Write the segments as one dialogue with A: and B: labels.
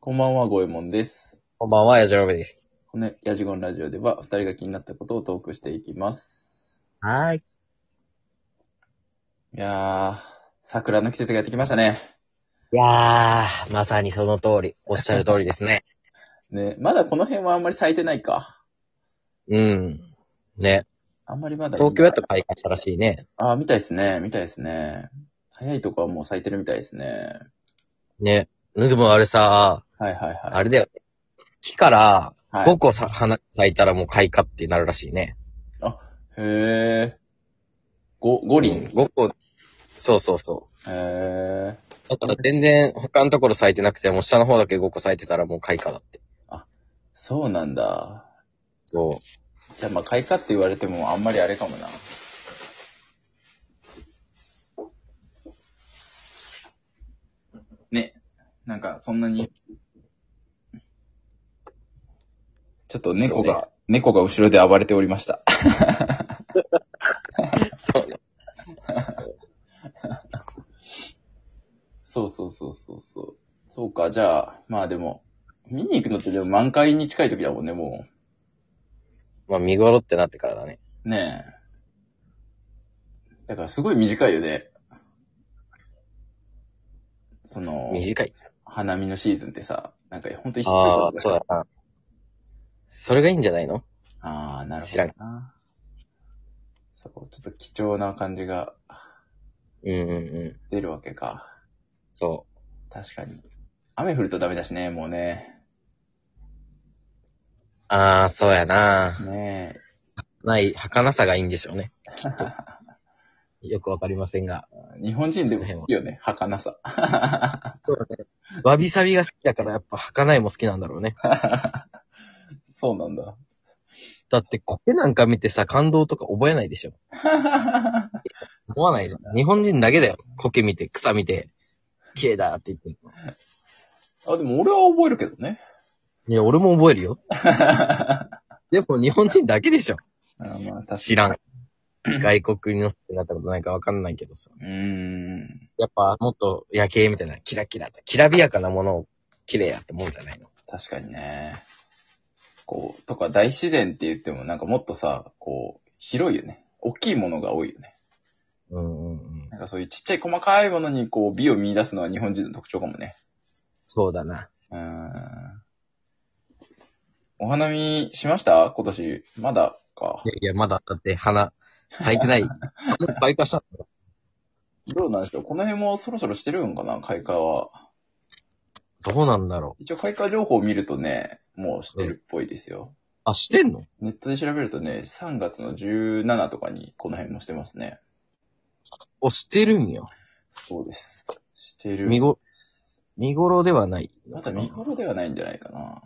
A: こんばんは、ごえもんです。
B: こんばんは、やじろべです。
A: このヤジゴンラジオでは、二人が気になったことをトークしていきます。
B: はーい。
A: いやー、桜の季節がやってきましたね。
B: いやー、まさにその通り、おっしゃる通りですね。
A: ね、まだこの辺はあんまり咲いてないか。
B: うん。ね。
A: あんまりまだ。
B: 東京やっと開花したらしいね。
A: あー、みたいですね、みたいですね。早いとこはもう咲いてるみたいですね。
B: ね。でもあれさ、
A: はいはいはい。
B: あれだよね。木から
A: はい、
B: 5個さ、花咲いたらもう開花ってなるらしいね。
A: へー。ご、五
B: う
A: 輪、
B: 5個。そうそうそ
A: へー。
B: う。だから全然他のところ咲いてなくても下の方だけ5個咲いてたらもう開花だって。
A: そうなんだ。
B: そ
A: じゃあまあ、開花って言われてもあんまりあれかもな。ね。なんか、そんなに。ちょっと猫が、
B: そう
A: 猫が後ろで暴れておりました。 そうそうそうそうそう。そうか、じゃあ、まあでも、見に行くのってでも満開に近い時だもんね、もう。
B: う。まあ見頃ってなってからだね。
A: ねえ。だからすごい短いよね。その、
B: 短い。
A: 花見のシーズンってさ、なんか本当に
B: ああ、
A: 一週間とか
B: そうだな。それがいいんじゃないの
A: ああ、なるほ
B: 知
A: ど
B: らん
A: な。そこ、ちょっと貴重な感じが
B: うんうんうん。
A: 出るわけか。
B: そう。
A: 確かに。雨降るとダメだしね、もうね。
B: ああ、そうやな。
A: ね
B: ない、儚さがいいんでしょうね。きっと。よくわかりませんが。
A: え。 日本人でもいいよね、儚さ。
B: わびさびが好きだからやっぱ儚いも好きなんだろうね。
A: そうなんだ。
B: だって苔なんか見てさ、感動とか覚えないでしょ。思わないじゃん。日本人だけだよ。苔見て、草見て、綺麗だって言って。
A: あ、でも俺は覚えるけどね。
B: いや、俺も覚えるよ。でも日本人だけでしょ。
A: あーまあ、確かに
B: 知らん。外国に乗ってなったことないかわかんないけどさ。
A: うーん。
B: やっぱもっと夜景みたいな、キラキラと、きらびやかなものを綺麗やってもんじゃないの。
A: 確かにね。こう、とか大自然って言ってもなんかもっとさ、こう、広いよね。大きいものが多いよね。
B: うんうんうん。
A: なんかそういうちっちゃい細かいものにこう、美を見出すのは日本人の特徴かもね。
B: そうだな。
A: うーん。お花見しました今年。まだか
B: い。やいや、まだ、だって花、咲いてない。もう開花したんだろ
A: どうなんでしょうこの辺もそろそろしてるんかな開花は。
B: どうなんだろう。
A: 一応開花情報を見るとね、もうしてるっぽいですよ。
B: あ、してんの
A: ネットで調べるとね、3月の17とかにこの辺もしてますね。
B: お、してるんよ。
A: そうです。してる。
B: 見ご、見頃ではない。
A: まだ見頃ではないんじゃないかな。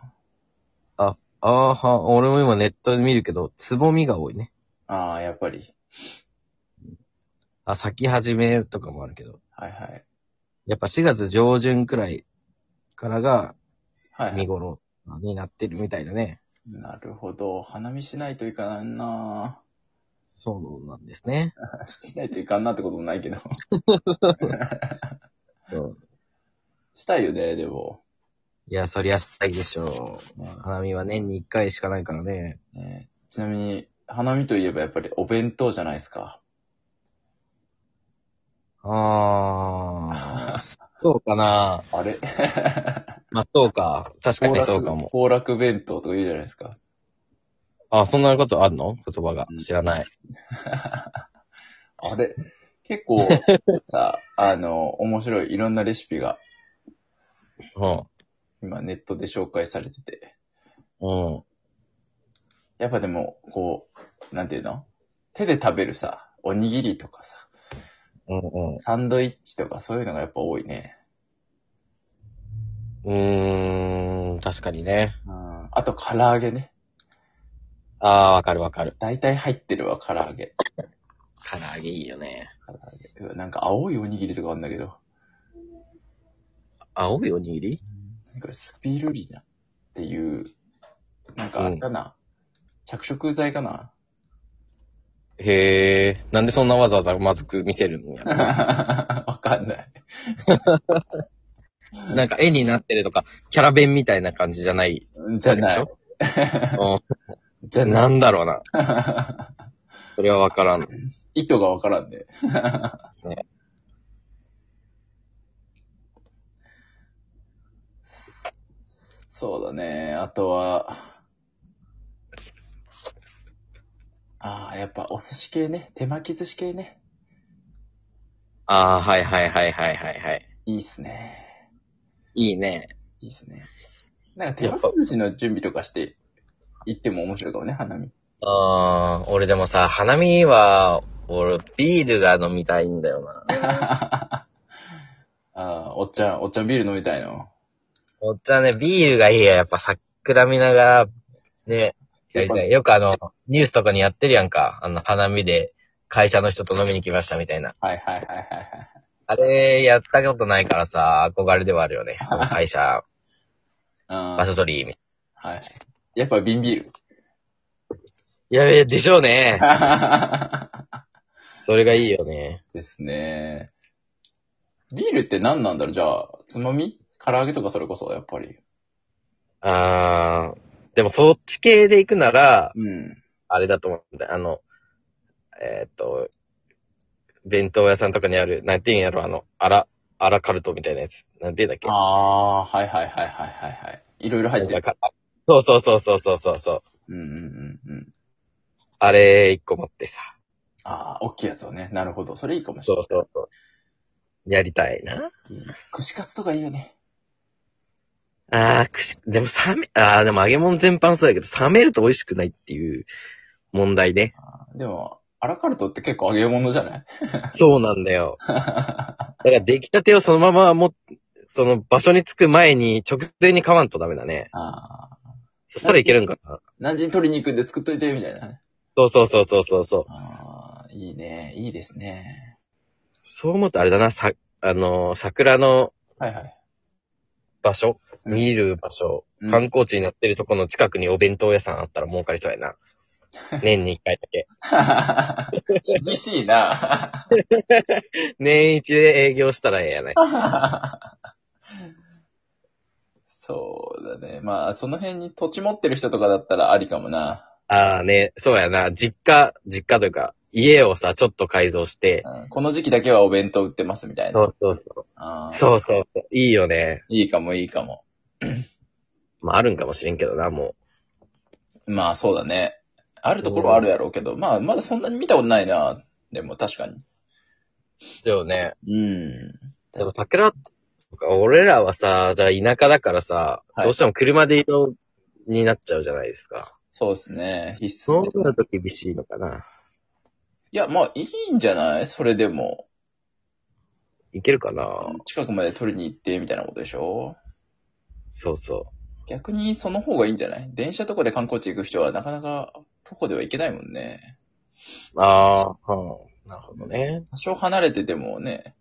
B: ああは、俺も今ネットで見るけど、つぼみが多いね。
A: ああ、やっぱり。
B: あ、咲き始めとかもあるけど。
A: はいはい。
B: やっぱ4月上旬くらいからが
A: はい、は
B: 見
A: い。
B: 頃になってるみたいだね。
A: なるほど。花見しないといかないな
B: そうなんですね。
A: ぁ。しないといかんなってこともないけど。
B: うん
A: したいよね、でも。
B: いや、そりゃしたいでしょう。
A: ね
B: 花見は年に1回しかないからね。
A: ねちなみに、花見といえばやっぱりお弁当じゃないですか。
B: あ あ、そうかな。
A: あれ
B: まあ、そうか。確かに そうかも。
A: 行楽弁当とか言うじゃないですか。
B: あ、そんなことあるの言葉が
A: うん。
B: 知らない。
A: あれ結構、 さ、あの、面白いいろんなレシピが
B: うん。
A: 今ネットで紹介されてて。
B: うん。
A: やっぱでも、こう、なんていうの手で食べるさ、おにぎりとかさ、
B: うん。
A: サンドイッチとかそういうのがやっぱ多いね。
B: うん。うーん、確かにね。
A: うん。あと唐揚げね。
B: ああ、わかるわかる。
A: 大体入ってるわ、唐揚げ。
B: 唐揚げいいよね。
A: 唐揚げ。うわなんか青いおにぎりとかあるんだけど。
B: 青いおにぎり
A: なんかスピルリナっていう、なんか
B: うん
A: あれかな、着色剤かな
B: へえ、なんでそんなわ ざわざまずく見せるんや。
A: わかんない。
B: なんか絵になってるとか、キャラ弁みたいな感じじゃない
A: じゃ
B: で
A: な
B: し
A: い。
B: ょ。うん
A: じゃ
B: な
A: ない。
B: んだろう な。それはわからん。
A: 意図がわからんで、そうだね。あとは、ああ、やっぱお寿司系ね。手巻き寿司系ね。
B: ああ、はいはいはいはいはいはい。
A: いいっすね。
B: いいね。
A: いいっすね。なんか手巻き寿司の準備とかして行っても面白いかもね、花見。
B: あー、俺でもさ、花見は、俺、ビールが飲みたいんだよな。
A: ああ、おっちゃん、おっちゃんビール飲みたいの。
B: おっちゃんね、ビールがいいや。やっぱ桜見ながら、ね、やりたい。よくあの、ニュースとかにやってるやんか。あの、花見で、会社の人と飲みに来ましたみたいな。
A: はいはいはいはいはい。
B: あれ、やったことないからさ、憧れではあるよね。会社、
A: あ
B: 場所取り、みたいな。
A: はい。やっぱ瓶ビール。
B: いやいや、でしょうね。それがいいよね。
A: ですね。ビールって何なんだろうじゃあ、つまみ唐揚げとかそれこそ、やっぱり。
B: あー、でもそっち系で行くなら、
A: うん。
B: あれだと思うんだよ。あの、えーっと、弁当屋さんとかにある、なんていうんやろ、あの、アラ、アラカルトみたいなやつ。なんていうんだっけ
A: ああー、はいはいはいはいはいはい。いろいろ入って
B: なん
A: る。
B: かあそうそうそうそうそうそうそう。
A: うんうんうんうん。
B: あれ、一個持ってさ。
A: ああ、大きいやつをね。なるほど。それいいかもしれ
B: そ
A: な
B: うそうそう。やりたいな。
A: い。串カツとかいいよね。
B: あー、くし、でも冷め、あー、でも揚げ物全般そうだけど、冷めると美味しくないっていう問題ね。
A: でも、アラカルトって結構揚げ物じゃない
B: そうなん だよ。だから出来たてをそのままも、その場所に着く前に直前に買わんとダメだね。
A: ああ。
B: そしたらいけるんかな。
A: 何時に取りに行くんで作っといて、みたいなね。
B: そうそうそうそうそうそう。
A: ああ、いいね。いいですね。
B: そう思うとあれだな、さ、あのー、桜の
A: はいはい。
B: 場所、
A: うん
B: 見る場所、
A: うん
B: 観光地になってるとこの近くにお弁当屋さんあったら儲かりそうやな。 年に一回だけ。
A: 厳しいな。
B: 年一で営業したらええやない。
A: そうだね。まあ、その辺に土地持ってる人とかだったらありかもな。
B: ああね、そうやな。実家、実家というか、家をさ、ちょっと改造して。
A: うんこの時期だけはお弁当売ってますみたいな。
B: そうそうそ
A: あ
B: う。
A: ー
B: そうそうそう。いいよね。
A: いいかもいいかも。
B: まああるんかもしれんけどな、も
A: まあ、そうだね。あるところはあるやろうけど、まあ、まだそんなに見たことないな。でも、確かに。
B: う。そうね。
A: うん。
B: でも桜とか、俺らはさ、じゃあ田舎だからさ、
A: はい
B: どうしても車で移動になっちゃうじゃないですか。
A: そうですね。必須
B: そう。なると厳しいのかな。
A: いや、まあ、いいんじゃないそれでも。
B: いけるかな
A: 近くまで取りに行って、みたいなことでしょ
B: そうそ
A: 逆にその方がいいんじゃない電車とかで観光地行く人はなかなか徒歩では行けないもんね。
B: う。ああ、なるほどね。
A: 多少離れててもね、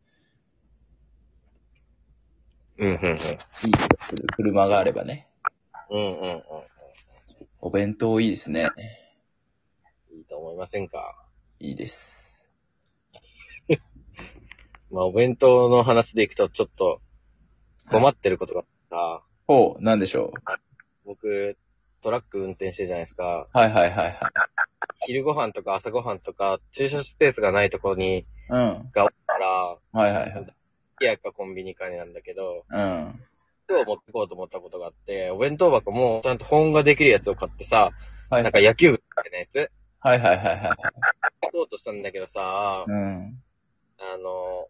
B: うん、うん、うん。
A: いい気がする。車があればね。
B: うん、うん、
A: お弁当いいですね。
B: うん。いいと思いませんか
A: いいです。
B: まあ、お弁当の話でいくと、ちょっと、困ってることがあってさ、
A: ほう、なんでしょ
B: 僕、トラック運転してるじゃないですか。
A: う。はいはいはいはい。
B: 昼ご飯とか朝ご飯とか、駐車スペースがないところに、
A: うん。
B: が多いから、
A: はいはいはい。
B: いやかコンビニかになんだけど、
A: うん。
B: 今日持ってこうと思ったことがあって、お弁当箱もちゃんと保温ができるやつを買ってさ、
A: はい
B: なんか野球部みたいなやつ
A: はいはいはいはい。
B: 買おうとしたんだけどさ、
A: うん。
B: あの、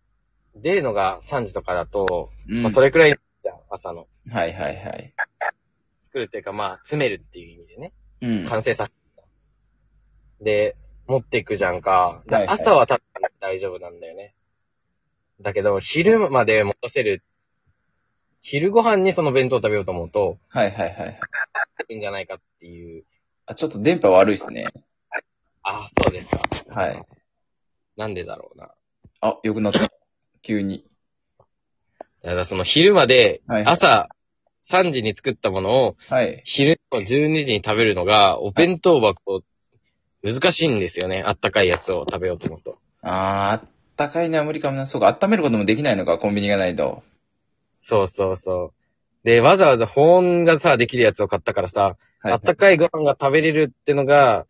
B: 出るのが3時とかだと、
A: うん。
B: まあそれくらいじゃん、朝の。
A: はいはいはい。
B: 作るっていうか、まあ、詰めるっていう意味でね。
A: うん。
B: 完成させるで、持っていくじゃんか。だ
A: はいはい
B: 朝は多分大丈夫なんだよね。だけど、昼まで戻せる。昼ご飯にその弁当食べようと思うと、
A: はいはいはいはい。
B: いいんじゃないかっていう。
A: あ、ちょっと電波悪いっすね。
B: ああ、そうですか。
A: はい。
B: なんでだろうな。
A: あ、よくなった。急に。
B: だからその昼まで、
A: はいはい
B: 朝3時に作ったものを、
A: はい。
B: 昼の12時に食べるのが、お弁当箱、難しいんですよね。あったかいやつを食べようと思うと。
A: あー、あったかいのは無理かもな。そうか、温めることもできないのか、コンビニがないと。
B: そうそうそう。で、わざわざ保温がさ、できるやつを買ったからさ、
A: はい。
B: あったかいご飯が食べれるってのが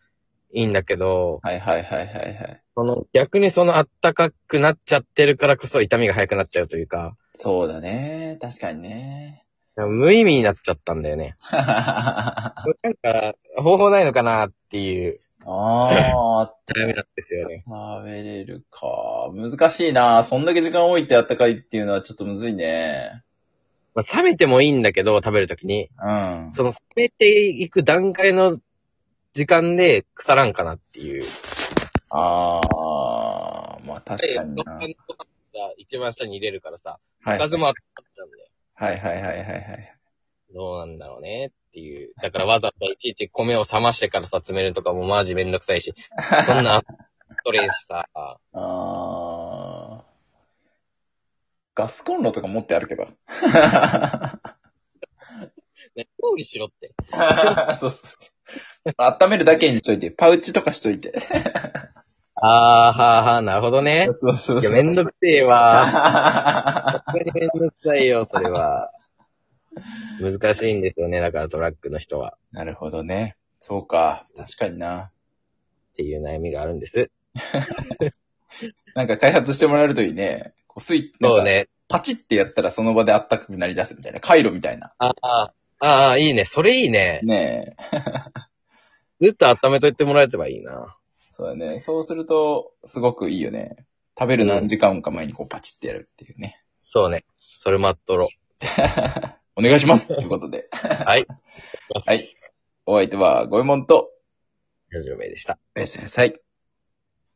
B: いいんだけど、
A: はいはいはいはいはい。
B: その逆にそのあったかくなっちゃってるからこそ痛みが早くなっちゃうというか、
A: そうだね。確かにね。
B: 無意味になっちゃったんだよね。
A: あ
B: なんか、方法ないのかなっていう
A: あ、
B: 悩みなんですよね。
A: 食べれるか。難しいな。そんだけ時間置いてあったかいっていうのはちょっとむずいね。
B: まあ、冷めてもいいんだけど、食べるときに。
A: うん。
B: その冷めていく段階の時間で腐らんかなっていう。
A: ああ、まあ確かにな。はい
B: 一番下に入れるからさ、
A: はい。
B: おかずもあったっちゃうんだよ。
A: はいはいはいはいはい。
B: どうなんだろうねっていう。だからわざわざいちいち米を冷ましてからさ、詰めるとかもマジめんどくさいし、そんな、それしさ、
A: ああ。ガスコンロとか持ってあるけど。
B: ね料理しろって。
A: そうそうそう。温めるだけにしといて、パウチとかしといて。
B: あーはーはー、なるほどね。
A: そうそう
B: い
A: そ
B: や、
A: う。
B: めんどくせえわ。
A: あ
B: 本当にめんどくさいよ、それは。難しいんですよね、だからトラックの人は。
A: なるほどね。そうか。確かにな。
B: っていう悩みがあるんです。
A: なんか開発してもらえるといいね。こうスイッチ、
B: そう
A: なんか
B: ね。
A: パチってやったらその場であったかくなり出すみたいな。回路みたいな。
B: あーあー、あーいいね。それいいね。
A: ねえ。
B: ずっと温めといてもらえればいいな。
A: そうだね。そうすると、すごくいいよね。食べる何時間か前にこうパチってやるっていうね。
B: そうね。それ待っとろ。
A: お願いしますということで。
B: はい。
A: はい。お相手は、ごえもんと、
B: ラジオ名でした。
A: おやすみなさい。